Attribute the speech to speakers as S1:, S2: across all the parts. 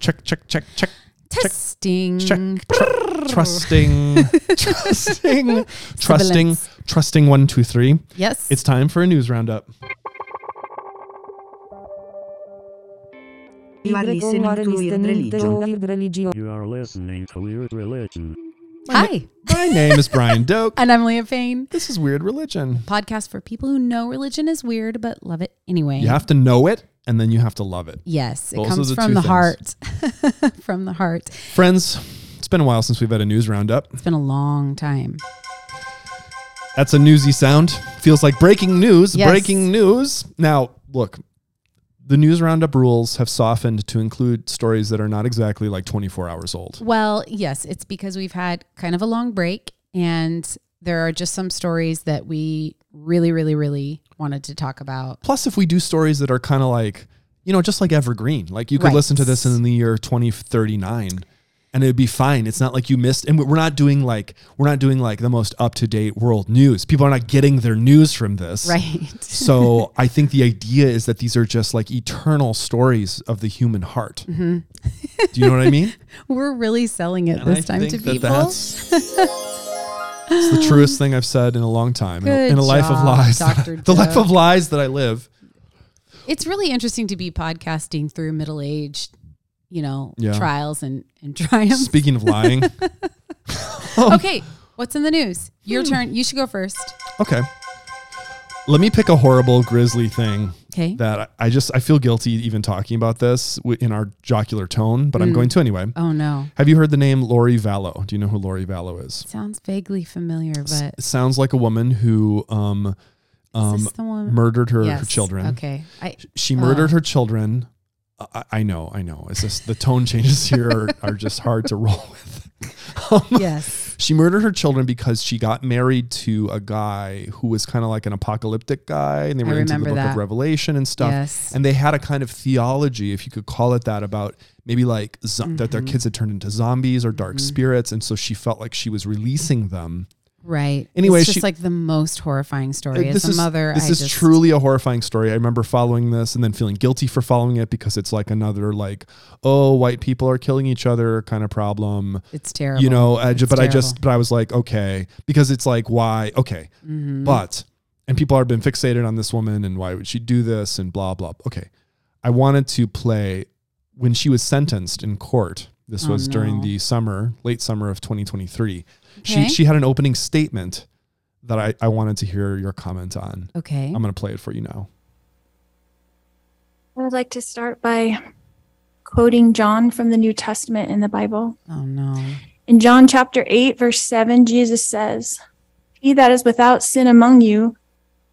S1: check, check, check, check,
S2: Testing.
S1: check. Tr- trusting, trusting, trusting,
S2: Sibilance.
S1: trusting. One, two, three.
S2: Yes.
S1: It's time for a news roundup.
S3: You are listening to Weird Religion.
S4: You are listening to Weird Religion.
S2: Hi.
S1: My name is Brian Doak.
S2: And I'm Leah Payne.
S1: This is Weird Religion.
S2: Podcast for people who know religion is weird but love it anyway.
S1: You have to know it, and then you have to love it.
S2: Yes, it
S1: Those are
S2: comes
S1: the
S2: from
S1: two
S2: the
S1: things.
S2: heart. from the heart.
S1: Friends, it's been a while since we've had a news roundup.
S2: It's been a long time.
S1: That's a newsy sound. Feels like breaking news.
S2: Yes.
S1: Breaking news. Now, look, the news roundup rules have softened to include stories that are not exactly like 24 hours old.
S2: Well, yes, it's because we've had kind of a long break and there are just some stories that we really, really, really wanted to talk about.
S1: Plus, if we do stories that are kind of like, you know, just like evergreen, like you could
S2: Right.
S1: listen to this in the year 2039 and it'd be fine. It's not like you missed, and we're not doing like, we're not doing like the most up to date world news. People are not getting their news from this.
S2: Right.
S1: So I think the idea is that these are just like eternal stories of the human heart.
S2: Mm-hmm.
S1: Do you know what I mean?
S2: We're really selling it this time to people.
S1: it's the truest thing I've said in a long time. In a,
S2: Good
S1: in a life of
S2: job,
S1: lies,
S2: Dr.
S1: the life
S2: Joe.
S1: of lies that I live.
S2: It's really interesting to be podcasting through middle aged, you know,
S1: Yeah.
S2: trials and, and triumphs.
S1: Speaking of lying,
S2: okay, what's in the news? Your turn. You should go first.
S1: okay. Let me pick a horrible, grisly thing
S2: Okay.
S1: that I I just I feel guilty even talking about this wi- in our jocular tone, but I'm going to anyway.
S2: Oh no.
S1: Have you heard the name Lori Vallow? Do you know who Lori Vallow is?
S2: Sounds vaguely familiar, but
S1: It sounds like a woman who um,
S2: is
S1: um,
S2: this the one?
S1: murdered her, her
S2: Yes,
S1: children.
S2: Okay. I
S1: She
S2: Oh.
S1: murdered her children. I, I know, I know. It's just the tone changes here are, are just hard to roll with. Um,
S2: yes.
S1: She murdered her children because she got married to a guy who was kind of like an apocalyptic guy, and they
S2: I
S1: were into the
S2: remember
S1: book
S2: that.
S1: of Revelation and stuff.
S2: Yes.
S1: And they had a kind of theology, if you could call it that, about maybe like zo- that
S2: Mm-hmm.
S1: their kids had turned into zombies or dark spirits, and so she felt like she was releasing them.
S2: Right.
S1: Anyway,
S2: it's just
S1: she-
S2: like the most horrifying story.
S1: Uh,
S2: As a mother,
S1: This
S2: I
S1: is
S2: just,
S1: truly a horrifying story. I remember following this and then feeling guilty for following it because it's like another like, oh, white people are killing each other kind of problem.
S2: It's terrible.
S1: You know, I ju-
S2: It's
S1: but I
S2: terrible.
S1: just but I was like, okay, because it's like why? Okay,
S2: Mm-hmm.
S1: but and people have been fixated on this woman and why would she do this and blah blah. Okay, I wanted to play when she was sentenced in court. This
S2: Oh,
S1: was during
S2: no.
S1: the summer, late summer of 2023.
S2: Okay.
S1: She she had an opening statement that I, I wanted to hear your comment on.
S2: Okay.
S1: I'm going to play it for you now.
S5: I would like to start by quoting John from the New Testament in the Bible.
S2: oh no.
S5: In John chapter 8, verse 7, Jesus says, He that is without sin among you,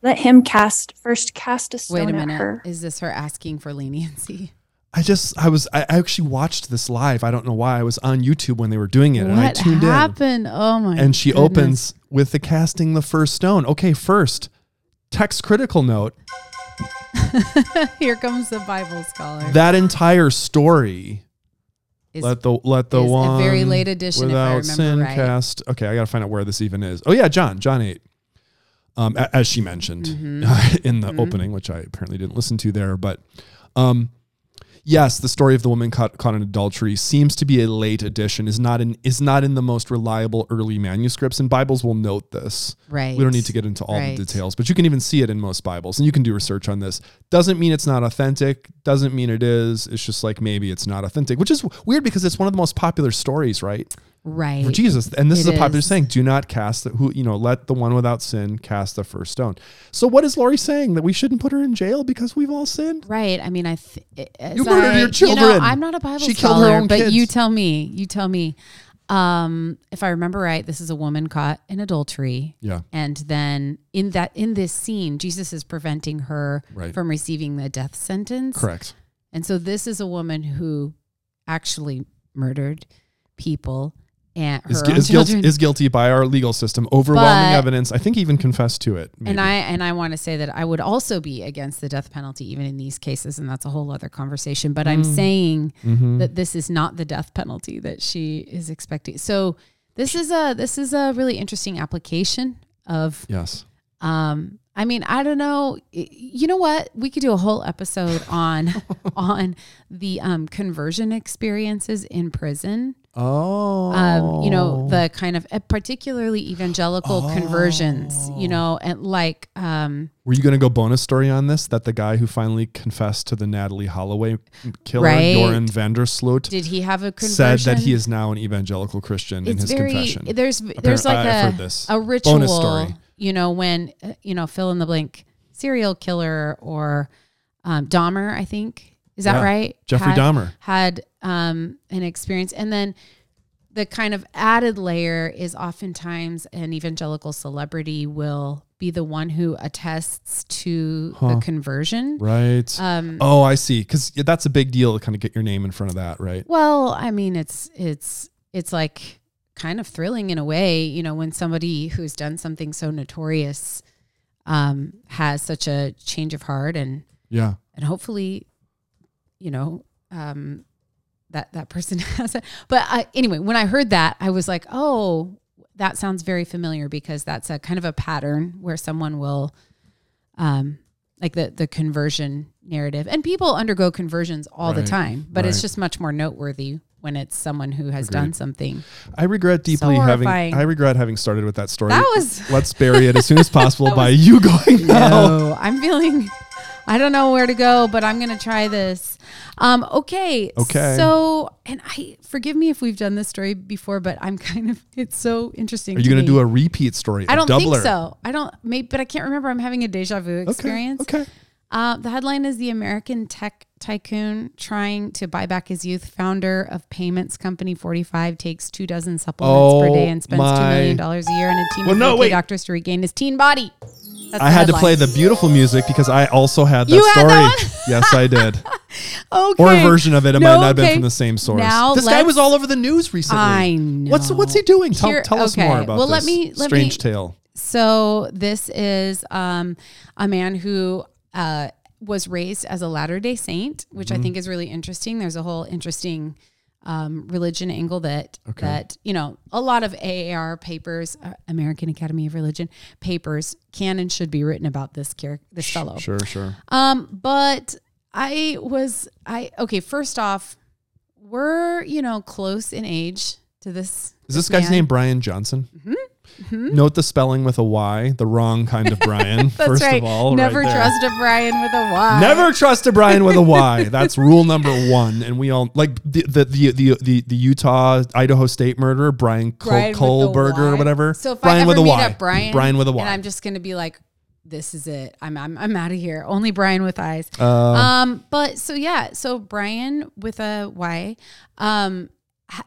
S5: let him cast first cast a stone
S2: Wait a
S5: at
S2: minute.
S5: her.
S2: Is this her asking for leniency?
S1: I just I was I I actually watched this live. I don't know why I was on YouTube when they were doing it and I
S2: what
S1: tuned in.
S2: happened? Oh my
S1: and she
S2: goodness.
S1: opens with the casting the first stone. Okay, first text critical note.
S2: Here comes the Bible scholar.
S1: That entire story.
S2: Is-
S1: let the let the
S2: is a
S1: one
S2: very late edition, if I
S1: without
S2: remember
S1: sin
S2: right.
S1: cast. Okay, I gotta find out where this even is. Oh yeah, John John eight. Um, a- as she mentioned
S2: Mm-hmm.
S1: in the opening, which I apparently didn't listen to there, but um, yes, the story of the woman caught, caught in adultery seems to be a late edition. is not in is not in the most reliable early manuscripts, and Bibles will note this.
S2: right.
S1: We don't need to get into all
S2: Right.
S1: the details, but you can even see it in most Bibles, and you can do research on this. Doesn't mean it's not authentic. Doesn't mean it is. It's just like maybe it's not authentic, which is w- weird because it's one of the most popular stories, right?
S2: right.
S1: For Jesus, and this
S2: It
S1: is a popular
S2: is.
S1: saying: "Do not cast the who you know let the one without sin cast the first stone." So, what is Lori saying that we shouldn't put her in jail because we've all sinned?
S2: Right. I mean, I. Th- as
S1: You murdered
S2: I-
S1: your
S2: You know,
S1: children.
S2: I'm not a Bible
S1: She killed her
S2: scholar,
S1: own
S2: but
S1: kids.
S2: you tell me. You tell me. Um, if I remember right, this is a woman caught in adultery.
S1: Yeah.
S2: And then in that in this scene, Jesus is preventing her
S1: Right.
S2: from receiving the death sentence.
S1: Correct.
S2: And so this is a woman who actually murdered people and her
S1: Is,
S2: own
S1: gu- is, guilt,
S2: children.
S1: is guilty by our legal system. Overwhelming
S2: But-
S1: evidence. I think even confessed to it. maybe.
S2: And I and I want to say that I would also be against the death penalty even in these cases, and that's a whole other conversation. But I'm
S1: Mm.
S2: saying
S1: Mhm.
S2: that this is not the death penalty that she is expecting. So this is a this is a really interesting application of
S1: yes.
S2: um I mean, I don't know. Y- You know what? We could do a whole episode on on the um, conversion experiences in prison.
S1: Oh.
S2: Um, you know, the kind of uh, particularly evangelical conversions. You
S1: Oh.
S2: know, and like um,
S1: Were you going to go bonus story on this? That the guy who finally confessed to the Natalie Holloway killer,
S2: Right.
S1: Joran Vandersloot,
S2: did he have a
S1: said
S2: conversion?
S1: that he is now an evangelical Christian in his confession.
S2: There's there's like
S1: I- I've heard
S2: a,
S1: this.
S2: a
S1: Bonus
S2: ritual,
S1: story.
S2: you know, when uh, you know fill in the blank serial killer or um, Dahmer, I think is that
S1: Yeah.
S2: right?
S1: Jeffrey
S2: Had-
S1: Dahmer.
S2: had um, an experience, and then the kind of added layer is oftentimes an evangelical celebrity will be the one who attests to the
S1: Huh.
S2: conversion.
S1: Right.
S2: Um,
S1: oh, I see. Because that's a big deal to kind of get your name in front of that, right?
S2: Well, I mean, it's it's it's like kind of thrilling in a way, you know, when somebody who's done something so notorious um, has such a change of heart, and
S1: Yeah.
S2: and hopefully, you know, um, that that person has it. But uh, anyway, when I heard that, I was like, oh, that sounds very familiar because that's a kind of a pattern where someone will, um, like the the conversion narrative, and people undergo conversions all
S1: Right,
S2: the time, but it's
S1: right.
S2: just much more noteworthy when it's someone who has done
S1: Agreed.
S2: something.
S1: I regret deeply having.
S2: horrifying.
S1: I regret having started with that story.
S2: That was
S1: Let's bury it as soon as possible by you going now.
S2: No, I'm feeling. I don't know where to go, but I'm gonna try this. Um, okay.
S1: Okay.
S2: So, and I forgive me if we've done this story before, but I'm kind of. It's so interesting.
S1: Are you going
S2: to
S1: to do a repeat story? I
S2: I don't
S1: doubler?
S2: think so. I don't. Maybe, but I can't remember. I'm having a deja vu
S1: Okay,
S2: experience.
S1: Okay.
S2: Uh, the headline is the American tech tycoon trying to buy back his youth. Founder of payments company 45 takes two dozen supplements per
S1: Oh,
S2: day and spends two
S1: my-
S2: million dollars a year on a team
S1: Well,
S2: of
S1: no,
S2: UK
S1: wait.
S2: doctors to regain his teen body. That's
S1: I
S2: the
S1: had to
S2: headline.
S1: play the beautiful music because I also had that
S2: You had
S1: story.
S2: that
S1: yes, I did.
S2: Okay.
S1: Or a version of it. It
S2: No,
S1: might not have been
S2: okay.
S1: from the same source.
S2: Now
S1: this guy was
S2: let's-
S1: all over the news recently.
S2: I know.
S1: What's what's he doing? Tell,
S2: Here-
S1: tell us
S2: okay.
S1: more about
S2: Well, let
S1: this
S2: me- let
S1: strange
S2: me-
S1: tale.
S2: So this is um, a man who uh, was raised as a Latter Day Saint, which
S1: Mm-hmm.
S2: I think is really interesting. There's a whole interesting um, religion angle that that you know a lot of AAR papers, uh, American Academy of Religion papers, can and should be written about this character, this fellow.
S1: Sure, sure.
S2: Um, but I was I okay. First off, we're you know close in age to this.
S1: Is this guy's
S2: man.
S1: name Brian Johnson?
S2: Mm-hmm.
S1: Note the spelling with a Y, the wrong kind of Brian.
S2: That's
S1: first
S2: right.
S1: of all, right
S2: never
S1: there.
S2: trust a Brian with a Y.
S1: Never trust a Brian with a Y. That's rule number one. And we all like the the the the, the, the Utah Idaho State murderer Brian, Col-
S2: Brian with a
S1: Kohlberger
S2: Y.
S1: or whatever.
S2: So if
S1: Brian
S2: I ever
S1: with a
S2: meet
S1: Y.
S2: up Brian,
S1: Brian with a Y.
S2: and I'm just gonna be like, this is it. I'm I'm I'm out of here. Only Brian with eyes.
S1: Uh,
S2: um, but so yeah, so Brian with a Y, um, ha-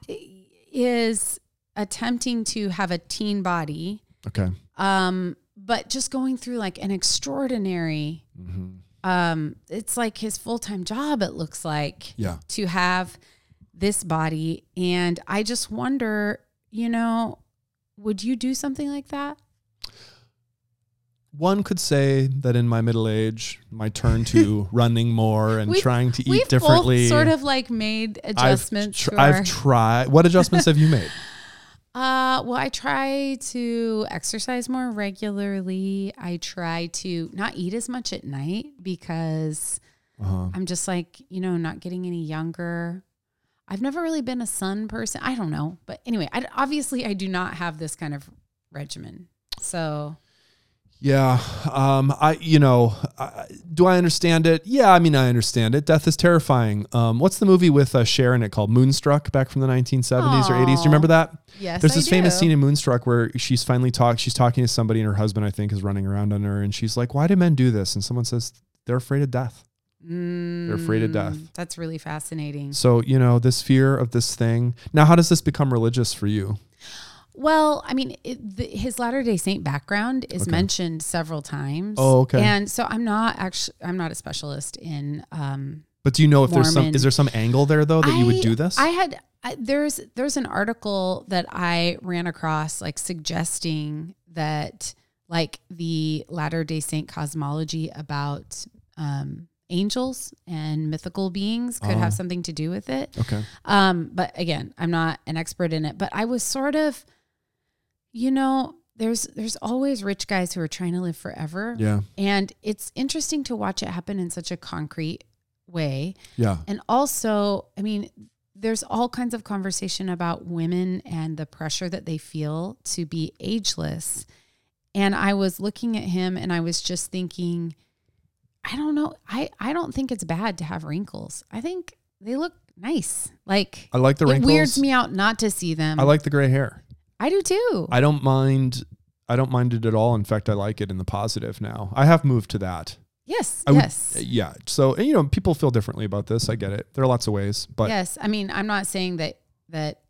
S2: is attempting to have a teen body,
S1: okay.
S2: um, but just going through like an extraordinary.
S1: Mhm.
S2: Um, it's like his full time job. It looks like
S1: Yeah.
S2: to have this body. And I just wonder, you know, would you do something like that?
S1: One could say that in my middle age, my turn to running more and
S2: We've-
S1: trying to
S2: We've
S1: eat differently.
S2: both sort of like made
S1: I've,
S2: adjustments. to
S1: tr- I've
S2: our-
S1: tried. What adjustments have you made?
S2: uh, well, I try to exercise more regularly. I try to not eat as much at night because
S1: Uh-huh.
S2: I'm just like, you know, not getting any younger. I've never really been a sun person. I don't know. But anyway, I, obviously, I do not have this kind of regimen. So
S1: Yeah. Um, I, you know, I, do I understand it? Yeah. I mean, I understand it. Death is terrifying. Um, what's the movie with uh, Cher in it called Moonstruck back from the 1970s or 80s? Do you remember that?
S2: Yes,
S1: There's
S2: I
S1: this famous
S2: do.
S1: scene in Moonstruck where she's finally talk. She's talking to somebody, and her husband, I think, is running around on her, and she's like, "Why do men do this?" And someone says, "They're afraid of death."
S2: They're
S1: afraid of death.
S2: Mm, That's really fascinating.
S1: So you know, this fear of this thing. Now, how does this become religious for you?
S2: Well, I mean, it, the, his Latter Day Saint background is mentioned several times.
S1: Oh, okay.
S2: And so I'm not actually I'm not a specialist in. Um,
S1: But do you know if there's some?
S2: Mormon.
S1: Is there some angle there though that you
S2: I-
S1: would do this?
S2: I had I, there's there's an article that I ran across like suggesting that like the Latter Day Saint cosmology about um, angels and mythical beings could have
S1: Oh.
S2: something to do with it.
S1: okay.
S2: Um, but again, I'm not an expert in it, but I was sort of, you know, there's there's always rich guys who are trying to live forever.
S1: Yeah.
S2: And it's interesting to watch it happen in such a concrete way.
S1: Yeah.
S2: And also, I mean, there's all kinds of conversation about women and the pressure that they feel to be ageless. And I was looking at him and I was just thinking, I don't know. I, I don't think it's bad to have wrinkles. I think they look nice. Like
S1: I like the wrinkles.
S2: It weirds me out not to see them.
S1: I like the gray hair.
S2: I do too.
S1: I don't mind. I don't mind it at all. In fact, I like it in the positive now. I have moved to that.
S2: yes.
S1: I would-
S2: yes.
S1: Yeah. So and, you know, people feel differently about this. I get it. There are lots of ways, but
S2: yes. I mean, I'm not saying that that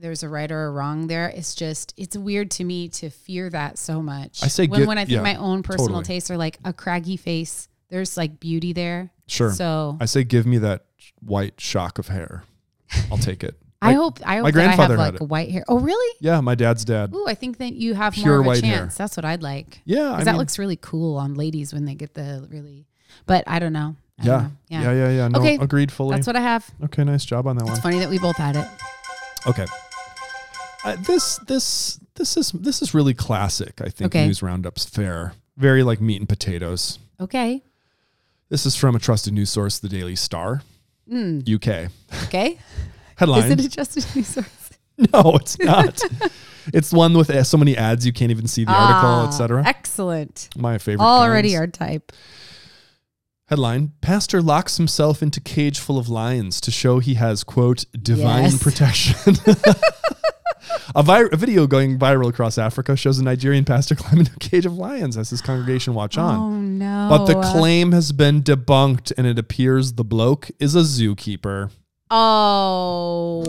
S2: there's a right or a wrong there. It's just it's weird to me to fear that so much.
S1: I say
S2: when
S1: get-
S2: when I think
S1: yeah,
S2: my own personal
S1: totally.
S2: tastes are like a craggy face. There's like beauty there.
S1: sure.
S2: So
S1: I say, give me that white shock of hair. I'll take it.
S2: I, hope I hope
S1: my
S2: that I have
S1: grandfather had
S2: like
S1: it.
S2: white hair. Oh really?
S1: Yeah, my dad's dad.
S2: Ooh, I think that you have
S1: Pure
S2: more of a
S1: white hair.
S2: chance. That's what I'd like.
S1: Yeah, I
S2: Because that
S1: mean-
S2: looks really cool on ladies when they get the really. But I don't know. I don't
S1: Yeah.
S2: know.
S1: yeah, yeah, yeah, No,
S2: Okay,
S1: agreed fully.
S2: That's what I have.
S1: okay, nice job on that one.
S2: It's funny that we both had it.
S1: Okay. Uh, this this this is this is really classic. I think
S2: Okay.
S1: news roundups fair. Very like meat and potatoes.
S2: Okay.
S1: This is from a trusted news source, the Daily Star,
S2: Mm,
S1: UK
S2: okay.
S1: headline.
S2: Is it a trusted resource?
S1: no, it's not. it's one with uh, so many ads you can't even see the article,
S2: Ah,
S1: etc.
S2: Excellent.
S1: My favorite.
S2: Already
S1: kinds.
S2: our type.
S1: Headline Pastor locks himself into cage full of lions to show he has, quote, divine
S2: Yes.
S1: protection. a, vi- a video going viral across Africa shows a Nigerian pastor climb into a cage of lions as his congregation watch on.
S2: Oh no.
S1: But the claim has been debunked, and it appears the bloke is a zookeeper.
S2: Oh.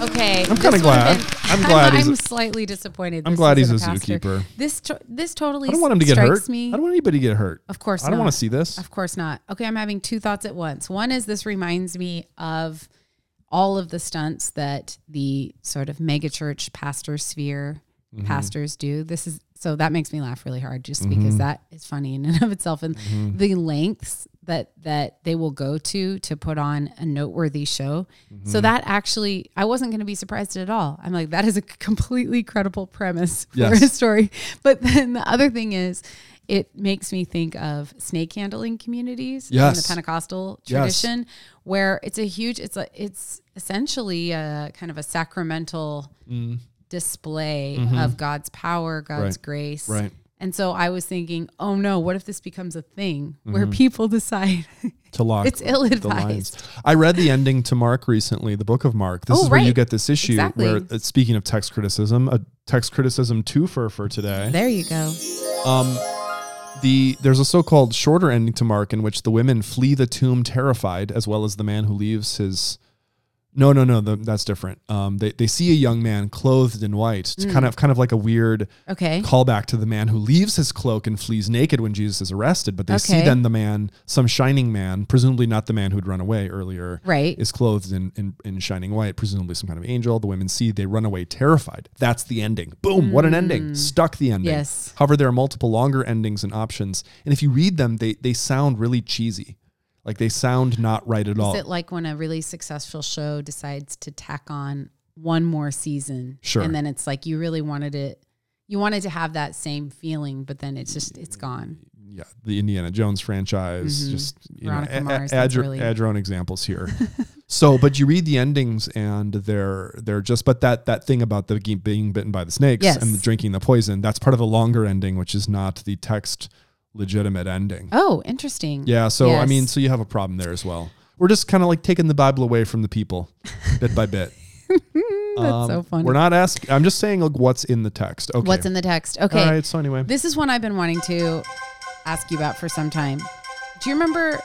S2: Okay.
S1: I'm
S2: this
S1: kinda
S2: would've
S1: glad.
S2: been-
S1: I'm glad
S2: I'm,
S1: he's a-
S2: slightly disappointed.
S1: I'm
S2: this
S1: glad he's
S2: isn't
S1: a
S2: pastor.
S1: zookeeper.
S2: This to- this totally
S1: I don't want him to get
S2: strikes
S1: hurt.
S2: me.
S1: I don't want anybody to get hurt.
S2: Of course
S1: I don't want
S2: not.
S1: to see this.
S2: Of course not. Okay, I'm having two thoughts at once. One is this reminds me of all of the stunts that the sort of megachurch pastor sphere
S1: Mm-hmm.
S2: pastors do. This is so that makes me laugh really hard just because that is funny in and of itself and
S1: Mm-hmm.
S2: the lengths that that they will go to to put on a noteworthy show.
S1: Mm-hmm.
S2: So that actually I wasn't going to be surprised at all. I'm like that is a completely credible premise for
S1: Yes.
S2: a story. But then the other thing is it makes me think of snake handling communities in
S1: Yes.
S2: the Pentecostal
S1: Yes.
S2: tradition where it's a huge it's a it's essentially a kind of a sacramental display of God's power, God's
S1: Mm. Mm-hmm. Right.
S2: grace.
S1: Right.
S2: And so I was thinking, oh no, what if this becomes a thing
S1: Mm-hmm.
S2: where people decide
S1: to lock.
S2: It's
S1: the lions.
S2: ill-advised.
S1: I read the ending to Mark recently, the book of Mark. This
S2: Oh,
S1: is where you
S2: right.
S1: get this issue
S2: Exactly.
S1: where, uh, speaking of text criticism, a text criticism twofer for today.
S2: there you go.
S1: Um, the there's a so-called shorter ending to Mark in which the women flee the tomb terrified, as well as the man who leaves his. No, no, no. The, that's different. Um, they they see a young man clothed in white.
S2: Mm.
S1: It's kind of kind of like a weird
S2: Okay.
S1: callback to the man who leaves his cloak and flees naked when Jesus is arrested. But they see
S2: Okay.
S1: then the man, some shining man, presumably not the man who'd run away earlier,
S2: Right.
S1: is clothed in, in, in shining white, presumably some kind of angel. The women see, they run away terrified. That's the ending. Boom, what an ending. Stuck the ending.
S2: Hmm. Yes.
S1: However, there are multiple longer endings and options. And if you read them, they, they sound really cheesy. Like they sound not right at all.
S2: Is it like when a really successful show decides to tack on one more season?
S1: Sure.
S2: And then it's like you really wanted it you wanted to have that same feeling, but then it's just it's gone.
S1: yeah, the Indiana Jones franchise, just you know,
S2: Mm-hmm. Veronica
S1: a- a-
S2: Mars,
S1: add,
S2: that's
S1: your,
S2: really-
S1: add your own examples here. so, but you read the endings, and they're they're just but that that thing about the ge- being bitten by the snakes
S2: Yes.
S1: and the drinking the poison that's part of a longer ending, which is not the text legitimate ending.
S2: Oh, interesting.
S1: Yeah, so I mean,
S2: Yes.
S1: so you have a problem there as well. We're just kind of like taking the Bible away from the people, bit by bit. Um,
S2: That's so funny.
S1: We're not asking. I'm just saying, like, what's in the text? Okay.
S2: What's in the text? Okay.
S1: All right. So anyway,
S2: This is one I've been wanting to ask you about for some time. Do you remember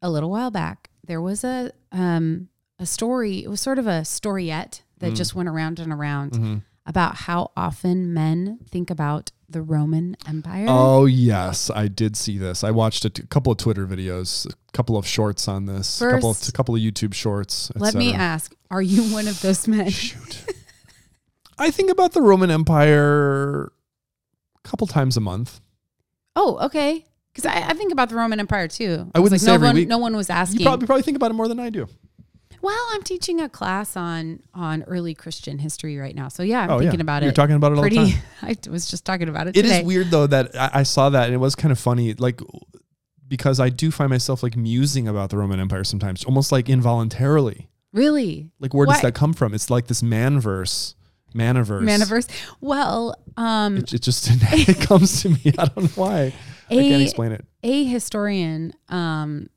S2: a little while back there was a um a story, it was sort of a storiette
S1: Mm.
S2: that just went around and around
S1: Mm-hmm.
S2: about how often men think about the Roman Empire.
S1: Oh yes, I did see this. I watched a t- couple of Twitter videos, a couple of shorts on this, a couple of
S2: First-
S1: a couple of YouTube shorts. et
S2: Let me
S1: cetera.
S2: ask, are you one of those men?
S1: Shoot. I think about the Roman Empire a couple times a month.
S2: Oh, okay. Because I, I think about the Roman Empire too.
S1: I wouldn't
S2: was
S1: say
S2: no
S1: every
S2: one,
S1: week.
S2: no one was asking.
S1: You probably probably think about it more than I do.
S2: Well, I'm teaching a class on on early Christian history right now. So yeah, I'm
S1: Oh, yeah.
S2: thinking about it.
S1: You're talking about it all the
S2: pretty,
S1: time.
S2: I was just talking about it.
S1: It is
S2: today.
S1: weird though that I, I saw that and it was kind of funny, like because I do find myself like musing about the Roman Empire sometimes, almost like involuntarily.
S2: Really,
S1: Like where does
S2: What-
S1: that come from? It's like this man verse, maniverse.
S2: Maniverse. Well, um,
S1: It, it just it comes to me. I don't know why. I I can't
S2: a
S1: explain it.
S2: a historian, um,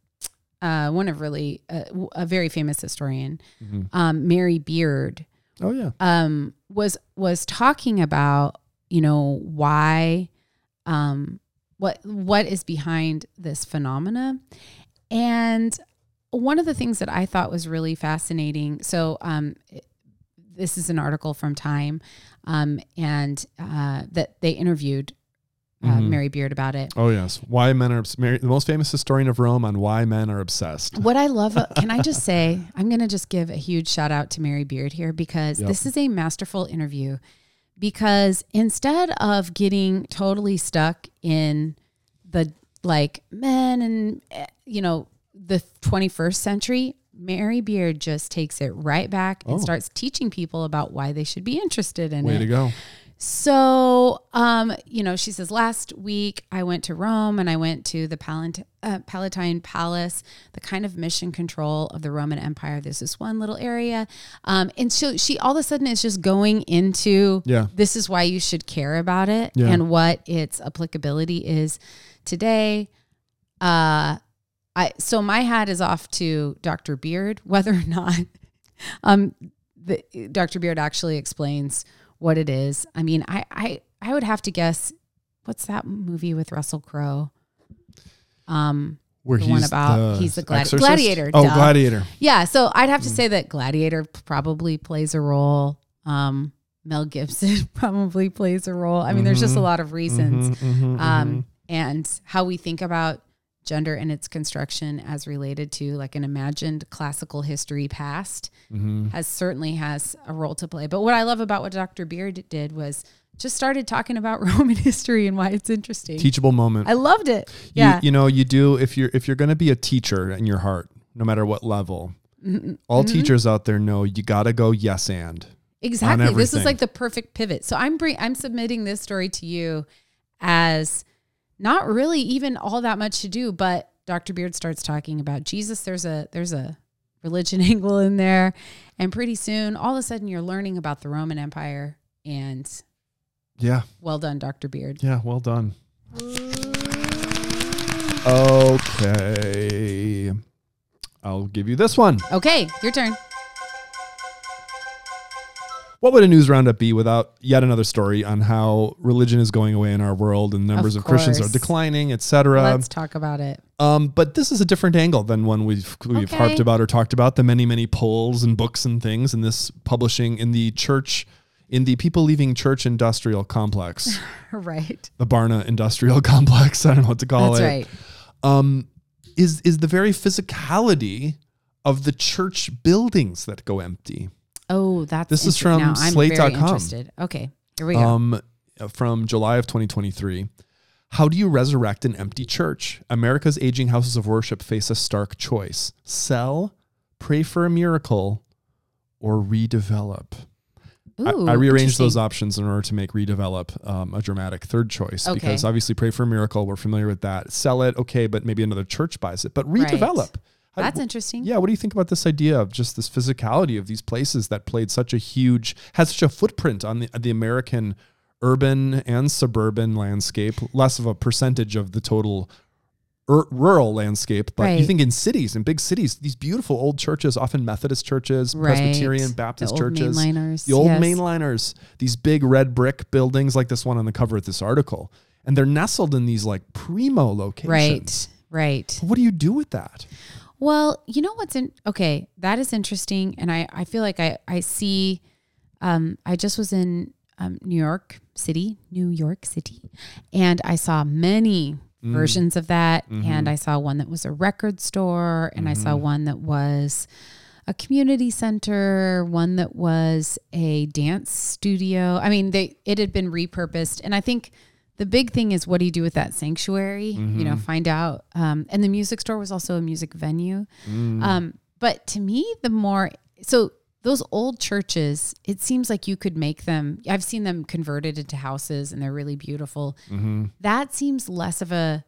S2: uh, one of really uh, w- a very famous historian,
S1: Mhm.
S2: um, Mary Beard,
S1: Oh yeah.
S2: um, was was talking about you know why um, what what is behind this phenomena and one of the things that i thought was really fascinating so um, it- this is an article from time um, and uh, that they interviewed uh,
S1: Mhm.
S2: mary beard about it
S1: Oh yes. Why men are obs- Mary, the most famous historian of Rome on why men are obsessed.
S2: What I love, can I just say, I'm going to just give a huge shout out to Mary Beard here because
S1: Yep.
S2: this is a masterful interview. Because instead of getting totally stuck in the like men and, eh, you know, the 21st century, Mary Beard just takes it right back
S1: Oh.
S2: and starts teaching people about why they should be interested in
S1: Way
S2: it.
S1: to go.
S2: So, um, you know, she says, last week I went to Rome and I went to the Palant- uh, Palatine Palace, the kind of mission control of the Roman Empire. There's this one little area. Um, and so she all of a sudden is just going into
S1: Yeah.
S2: this is why you should care about it
S1: Yeah.
S2: and what its applicability is today. Uh, I so my hat is off to Dr. Beard, whether or not um, the, Dr. Beard actually explains what it is. I mean, I I I would have to guess what's that movie with Russell Crowe? Um,
S1: Where
S2: The one about- he's the gladi-
S1: exorcist?
S2: gladiator,
S1: Oh,
S2: duh.
S1: gladiator.
S2: yeah, so I'd have to say that Gladiator probably plays a role. Um, Mel Gibson probably plays a role. I mean, there's just a
S1: Mhm.
S2: lot of reasons
S1: Mhm, mhm,
S2: Mm-hmm, um, and how we think about gender and its construction as related to like an imagined classical history past
S1: mhm, mhm.
S2: has certainly has a role to play. But what I love about what Dr. Beard did was just started talking about Roman history and why it's interesting.
S1: Teachable moment.
S2: I loved it. Yeah.
S1: You, you know, you do if you're if you're going to be a teacher in your heart, no matter what level.
S2: Mhm.
S1: All
S2: Mhm.
S1: teachers out there know you got to go yes and.
S2: Exactly. This is
S1: everything.
S2: like the perfect pivot. So I'm bring I'm submitting this story to you as not really even all that much to do, but Dr. Beard starts talking about Jesus. There's a there's a religion angle in there, and pretty soon, all of a sudden, you're learning about the Roman Empire. And
S1: Yeah.
S2: well done, Dr. Beard.
S1: Yeah, well done. Okay. I'll give you this one.
S2: Okay, your turn.
S1: What would a news roundup be without yet another story on how religion is going away in our world and numbers of,
S2: Of
S1: Christians are
S2: course.
S1: declining, etc.
S2: Let's talk about it.
S1: Um, but this is a different angle than one we've we've
S2: Okay.
S1: harped about or talked about the many many polls and books and things and this publishing in the church in the people leaving church industrial complex,
S2: right.
S1: the Barna industrial complex. I don't know what to call
S2: That's
S1: it.
S2: right.
S1: um, is is the very physicality of the church buildings that go empty.
S2: Oh, that's
S1: This is
S2: inter-
S1: from
S2: now I'm
S1: slate dot
S2: very
S1: com.
S2: interested. Okay, here we go.
S1: Um, from July of 2023. How do you resurrect an empty church? America's aging houses of worship face a stark choice: sell, pray for a miracle, or redevelop. I-
S2: Ooh,
S1: I, rearranged
S2: interesting.
S1: those options in order to make redevelop um, a dramatic third choice
S2: Okay.
S1: because obviously pray for a miracle. We're familiar with that. Sell it, okay, but maybe another church buys it. But
S2: Right.
S1: redevelop. How-
S2: That's interesting.
S1: Yeah, what do you think about this idea of just this physicality of these places that played such a huge, had such a footprint on the, the American urban and suburban landscape, less of a percentage of the total ur- rural landscape. But you
S2: Right.
S1: think in cities, in big cities, these beautiful old churches, often Methodist churches,
S2: Right.
S1: Presbyterian, Baptist
S2: the old
S1: churches,
S2: mainliners.
S1: the old
S2: yes.
S1: mainliners, these big red brick buildings like this one on the cover of this article. And they're nestled in these like primo locations.
S2: Right, right.
S1: What do you do with that?
S2: Well, you know what's in okay, that is interesting. And I, I feel like I, I see um I just was in um, New York City, New York City, and I saw many versions of that. And I saw one that was a record store, and I saw one that was a community center, one that was a dance studio. I mean, they it had been repurposed, and I think the big thing is what do you do with that
S1: Mm.
S2: sanctuary? You know, find out. Um, and the music store was also a music venue. Um, But to me, the more so those old churches, it seems like you could make them. I've seen them converted into houses, and they're really beautiful.
S1: Mm-hmm.
S2: That seems less of a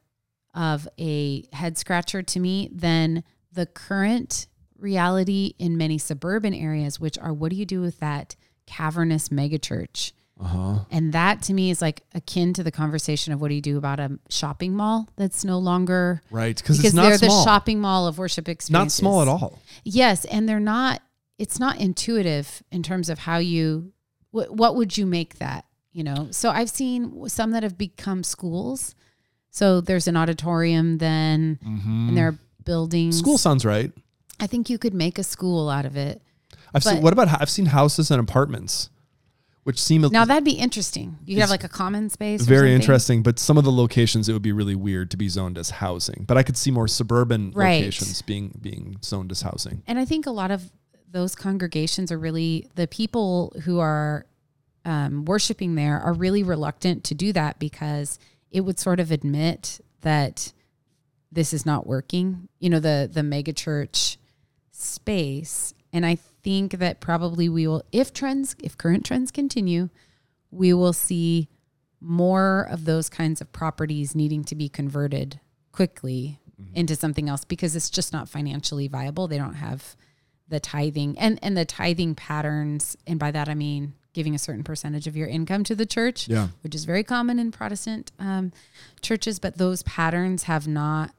S2: of a head scratcher to me than the current reality in many suburban areas, which are what do you do with that cavernous megachurch?
S1: Uh huh.
S2: And that to me is like akin to the conversation of what do you do about a shopping mall that's no longer
S1: Right. Because
S2: because
S1: it's
S2: they're
S1: not small.
S2: the shopping mall of worship
S1: not
S2: experiences.
S1: small at all.
S2: Yes, and they're not. It's not intuitive in terms of how you. What, what would you make that? You know. So I've seen some that have become schools. So there's an auditorium then,
S1: Mm-hmm.
S2: and there are buildings.
S1: School sounds right.
S2: I think you could make a school out of it.
S1: I've seen.
S2: But-
S1: What about? I've seen houses and apartments, which seem a-
S2: Now that'd be interesting. You could
S1: It's
S2: have like a common space. or
S1: very
S2: something.
S1: interesting. But some of the locations, it would be really weird to be zoned as housing. But I could see more suburban
S2: Right.
S1: locations being being zoned as housing.
S2: And I think a lot of those congregations are really the people who are um, worshiping there are really reluctant to do that because it would sort of admit that this is not working. You know, the the mega church space. And I think that probably we will, if trends, if current trends continue, we will see more of those kinds of properties needing to be converted quickly into something else because it's just not financially viable. They don't have the tithing and and the tithing patterns, and by that I mean giving a certain percentage of your income to the church,
S1: Yeah.
S2: which is very common in Protestant um, churches. But those patterns have not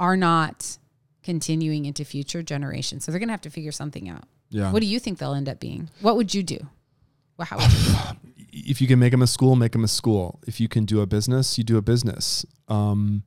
S2: are not continuing into future generations. So they're going to have to figure something out.
S1: Yeah.
S2: What do you think they'll end up being? What would you do? Well, how would you do?
S1: if you can make them a school, make them a school. If you can do a business, you do a business. Um,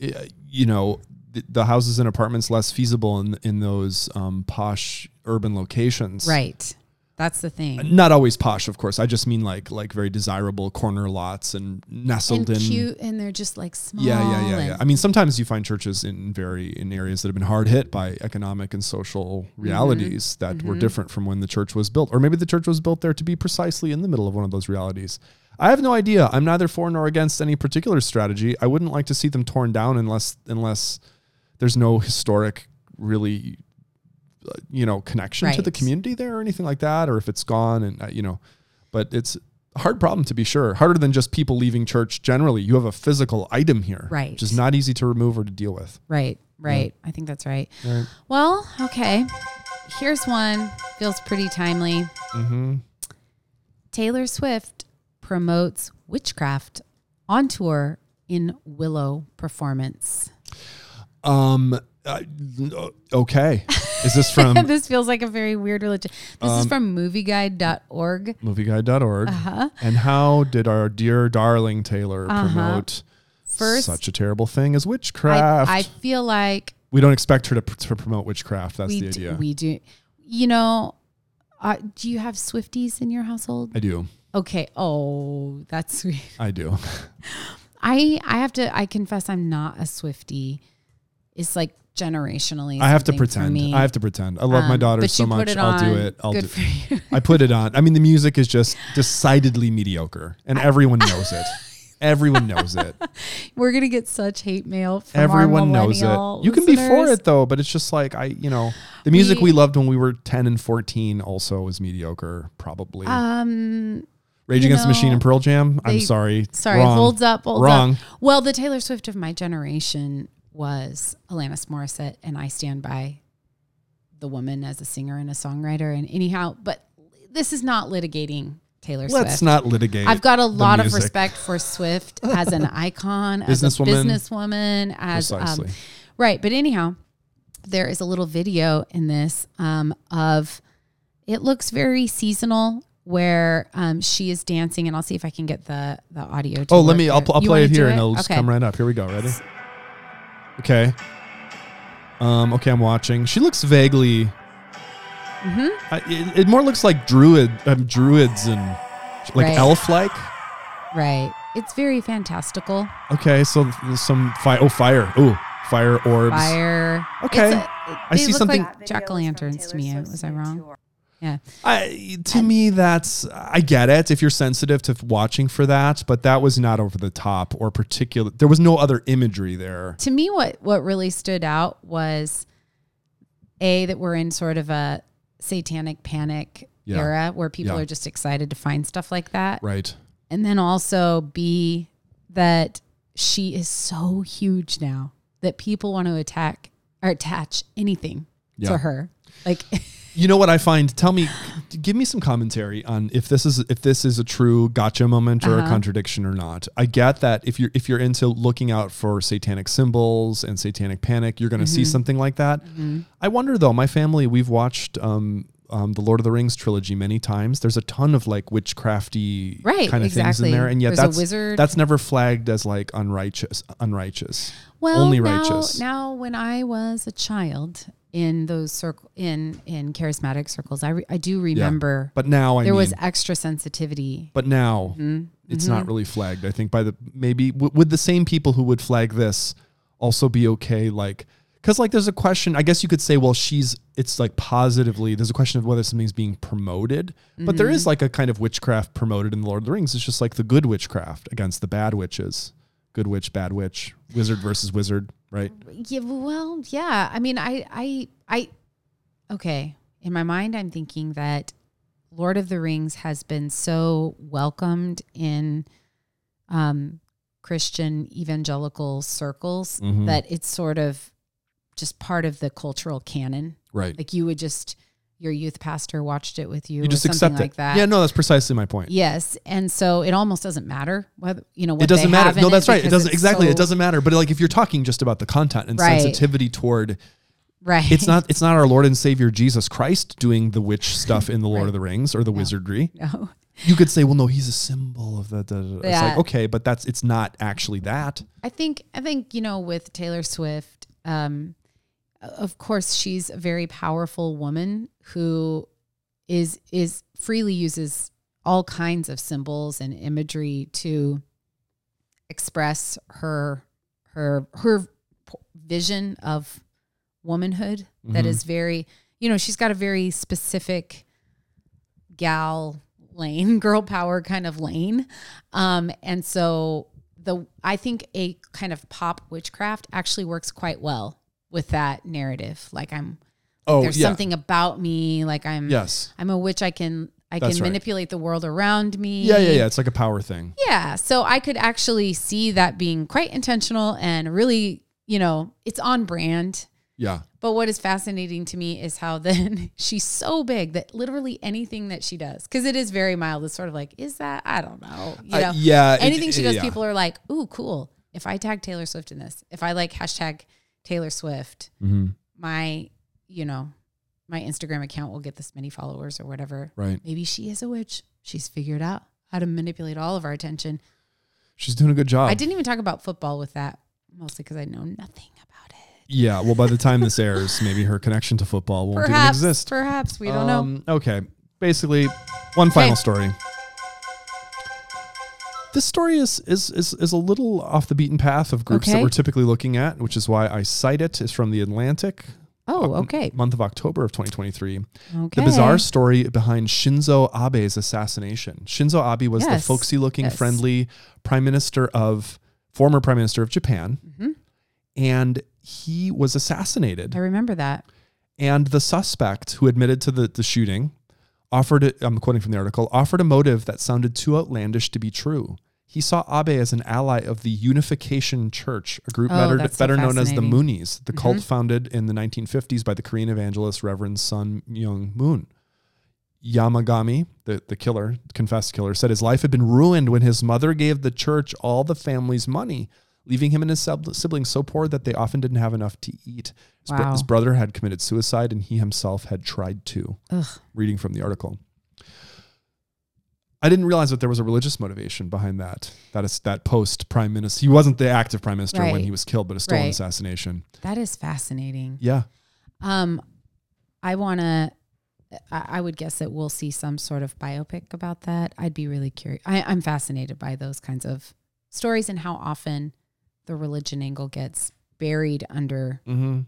S1: i- you know, the, the houses and apartments less feasible in in those um, posh urban locations.
S2: Right. That's the thing.
S1: Not always posh, of course. I just mean like like very desirable corner lots and nestled
S2: And
S1: in.
S2: cute, and they're just like small.
S1: Yeah, yeah, yeah, yeah.
S2: and-
S1: I mean, sometimes you find churches in very in areas that have been hard hit by economic and social
S2: Mm-hmm.
S1: realities that were different from when the church was built, or maybe the church was built there to be precisely in the middle of one of those realities. I have no idea. I'm neither for nor against any particular strategy. I wouldn't like to see them torn down unless unless there's no historic really uh, you know connection to the
S2: Right.
S1: community there or anything like that or if it's gone and uh, you know but it's a hard problem to be sure harder than just people leaving church generally you have a physical item here
S2: Right.
S1: which is not easy to remove or to deal with
S2: Right, right. I think that's right.
S1: Right.
S2: Well, okay. Here's one. Feels pretty timely.
S1: mm-hmm.
S2: Taylor Swift promotes witchcraft on tour in Willow performance.
S1: um uh, n- okay is this from
S2: this feels like a very weird religion. This
S1: Um,
S2: is from movieguide.org.
S1: movieguide.org
S2: Uh-huh.
S1: and how did our dear darling taylor promote
S2: First-
S1: such a terrible thing as
S2: I,
S1: witchcraft
S2: I feel like
S1: we don't expect her to, pr- to promote witchcraft that's
S2: we
S1: the
S2: do,
S1: idea
S2: we do. You know, uh, do you have Swifties in your household?
S1: i do
S2: Okay. Oh, that's sweet.
S1: i do
S2: I I have to I confess I'm not a Swifty. It's like generationally.
S1: I have to
S2: something for
S1: pretend.
S2: me.
S1: I have to pretend. I love my
S2: Um,
S1: daughter
S2: but
S1: so
S2: you put
S1: much.
S2: it
S1: I'll do
S2: on.
S1: it. I'll
S2: Good
S1: do
S2: for you.
S1: I put it on. I mean, the music is just decidedly mediocre, and everyone knows it. Everyone knows it.
S2: We're gonna get such hate mail from
S1: Everyone
S2: our
S1: knows it.
S2: millennial
S1: You can be for
S2: listeners.
S1: it though, but it's just like I, you know, the music we,
S2: We-
S1: loved when we were ten and fourteen also was mediocre, probably.
S2: Um
S1: Rage
S2: you
S1: Against the Machine
S2: know,
S1: and Pearl Jam. I'm
S2: they-
S1: sorry.
S2: sorry,
S1: Wrong.
S2: holds up, holds
S1: Wrong.
S2: up. Well, the Taylor Swift of my generation was Alanis Morissette, and I stand by the woman as a singer and a songwriter. And anyhow, but this is not litigating Taylor Swift.
S1: Let's not litigate.
S2: I've got a
S1: the
S2: lot of
S1: music.
S2: respect for Swift as an icon, as a
S1: Businesswoman.
S2: businesswoman, as um,
S1: Precisely.
S2: right. But anyhow, there is a little video in this um, of it looks very seasonal where um, she is dancing, and I'll see if I can get the the audio. To
S1: Oh, let
S2: work
S1: me. I'll, pl- I'll
S2: You
S1: play
S2: wanna
S1: it
S2: do
S1: here, and it'll just
S2: Okay.
S1: come right up. Here we go. Ready? Okay. Um. Okay, I'm watching. She looks vaguely.
S2: Mm-hmm.
S1: I, it, it more looks like druid, um, druids, and like
S2: Right.
S1: elf-like.
S2: Right, it's very fantastical.
S1: Okay, so there's some fire. Oh, fire. Oh, fire orbs.
S2: Fire.
S1: Okay.
S2: It's a-
S1: I
S2: they
S1: see
S2: look
S1: something-
S2: like jack o' lanterns to me. Was I wrong? Yeah.
S1: I, to me, that's I get it if you're sensitive to watching for that, but that was not over the top or particular. There was no other imagery there.
S2: to me what what really stood out was a that we're in sort of a satanic panic
S1: Yeah.
S2: era where people
S1: Yeah.
S2: are just excited to find stuff like that.
S1: Right.
S2: And then also B that she is so huge now that people want to attack or attach anything
S1: Yeah.
S2: to her. Like
S1: You know what I find? Tell me, give me some commentary on if this is if this is a true gotcha moment or
S2: Uh-huh.
S1: a contradiction or not. I get that if you're if you're into looking out for satanic symbols and satanic panic, you're going to see
S2: Mm-hmm.
S1: something like that. I wonder though. My family, we've watched um, um, the Lord of the Rings trilogy many times. There's a ton of like witchcrafty
S2: Right,
S1: kind of things in
S2: exactly.
S1: there, and yet
S2: There's a
S1: that's
S2: wizard.
S1: that's never flagged as like unrighteous, unrighteous.
S2: Well,
S1: Only
S2: now,
S1: righteous.
S2: Now, when I was a child in those circle in in charismatic circles, I re- I do
S1: Yeah.
S2: remember
S1: But now I
S2: there
S1: mean,
S2: was extra sensitivity.
S1: but now
S2: Mm-hmm.
S1: it's not really flagged. I think by the maybe w- would the same people who would flag this also be okay? Like, because like there's a question. I guess you could say, well, she's it's like positively. There's a question of whether something's being promoted, but there
S2: Mm-hmm.
S1: is like a kind of witchcraft promoted in the Lord of the Rings. It's just like the good witchcraft against the bad witches. Good witch, bad witch, wizard versus wizard, right?
S2: Yeah, well, yeah. I mean, I I I okay. In my mind, I'm thinking that Lord of the Rings has been so welcomed in um, Christian evangelical circles
S1: Mhm.
S2: that it's sort of just part of the cultural canon.
S1: Right.
S2: Like you would just your youth pastor watched it with you,
S1: you just
S2: or something
S1: accept
S2: like
S1: it.
S2: that.
S1: Yeah, no, that's precisely my point.
S2: Yes, and so it almost doesn't matter whether you know what
S1: it doesn't
S2: they have
S1: matter.
S2: in
S1: No, that's right. It
S2: because
S1: doesn't
S2: it's
S1: exactly. it
S2: so-
S1: doesn't matter. But like, if you're talking just about the content and
S2: Right.
S1: sensitivity toward
S2: Right.
S1: it's not it's not our Lord and Savior Jesus Christ doing the witch stuff in the Lord
S2: Right.
S1: of the Rings or the wizardry.
S2: No.
S1: You could say, well, no, he's a symbol of the. the, the- It's like
S2: Yeah.
S1: okay, but that's it's not actually that.
S2: I think I think you know with Taylor Swift, um, of course she's a very powerful woman who is is freely uses all kinds of symbols and imagery to express her her her p- vision of womanhood that
S1: Mhm.
S2: is very you know she's got a very specific gal lane girl power kind of lane um and so the i think a kind of pop witchcraft actually works quite well with that narrative like i'm
S1: Oh
S2: there's
S1: yeah,
S2: something about me like i'm
S1: yes,
S2: i'm a witch i can i
S1: That's
S2: can
S1: right.
S2: manipulate the world around me
S1: yeah, yeah, yeah. It's like a power thing.
S2: yeah. So I could actually see that being quite intentional and really, you know, it's on brand.
S1: Yeah,
S2: But what is fascinating to me is how then she's so big that literally anything that she does, because it is very mild, it's sort of like, is that? I don't know. You
S1: Uh,
S2: know,
S1: yeah, it-
S2: Anything she does,
S1: yeah.
S2: people are like, ooh, cool. If I tag Taylor Swift in this, if I like hashtag Taylor Swift,
S1: Mhm.
S2: my, you know, my Instagram account will get this many followers or whatever.
S1: right.
S2: Maybe she is a witch. She's figured out how to manipulate all of our attention.
S1: She's doing a good job.
S2: I didn't even talk about football with that, mostly because I know nothing about it.
S1: Yeah. Well, by the time this airs, maybe her connection to football won't even
S2: Perhaps,
S1: exist. Um,
S2: perhaps we don't know.
S1: know. Okay. Basically, one final
S2: Okay.
S1: story. This story is, is is is a little off the beaten path of groups that
S2: Okay.
S1: we're typically looking at, which is why I cite it. It's from the Atlantic, uh,
S2: Oh, okay,
S1: month of October of 2023.
S2: okay.
S1: um, The bizarre story behind Shinzo Abe's assassination. Shinzo Abe was
S2: Yes.
S1: the folksy-looking,
S2: Yes.
S1: friendly prime minister of former prime minister of Japan,
S2: Mm-hmm.
S1: and he was assassinated
S2: I remember that.
S1: and the suspect who admitted to the, the shooting offered it, I'm quoting from the article, offered a motive that sounded too outlandish to be true. He saw Abe as an ally of the Unification Church, a group
S2: Oh,
S1: better,
S2: that's so
S1: better known as the
S2: fascinating. Mm-hmm.
S1: Moonies, the cult founded in the 1950s by the Korean evangelist Reverend Sun Myung Moon. Yamagami, the, the killer, confessed killer, said his life had been ruined when his mother gave the church all the family's money, leaving him and his sub- siblings so poor that they often didn't have enough to eat. His, bro-
S2: Wow.
S1: his brother had committed suicide and he himself had tried to.
S2: Ugh.
S1: Reading from the article. I didn't realize that there was a religious motivation behind that. That is that post prime minister. He wasn't the active prime minister when
S2: Right.
S1: he was killed, but it's still an
S2: Right.
S1: assassination.
S2: That is fascinating.
S1: Yeah.
S2: Um, I wanna. I I would guess that we'll see some sort of biopic about that. I'd be really curious. I, I'm fascinated by those kinds of stories and how often the religion angle gets buried under
S1: Mm-hmm.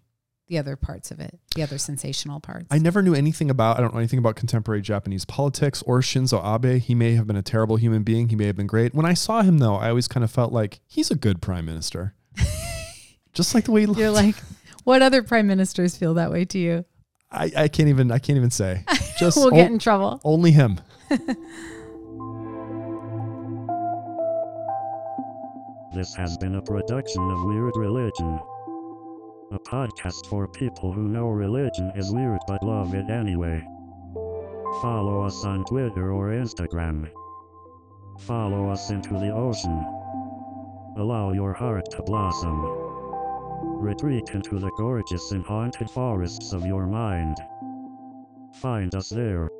S2: the other parts of it, the other sensational parts.
S1: I never knew anything about, I don't know anything about contemporary Japanese politics or Shinzo Abe. He may have been a terrible human being. He may have been great. When I saw him, though, I always kind of felt like he's a good prime minister. Just like the way he looked.
S2: You're like, what other prime ministers feel that way to you?
S1: I, I can't even I can't even say. Just
S2: we'll
S1: o-
S2: get in trouble.
S1: only him.
S4: This has been a production of Weird Religion. A podcast for people who know religion is weird but love it anyway. Follow us on Twitter or Instagram. Follow us into the ocean. Allow your heart to blossom. Retreat into the gorgeous and haunted forests of your mind. Find us there.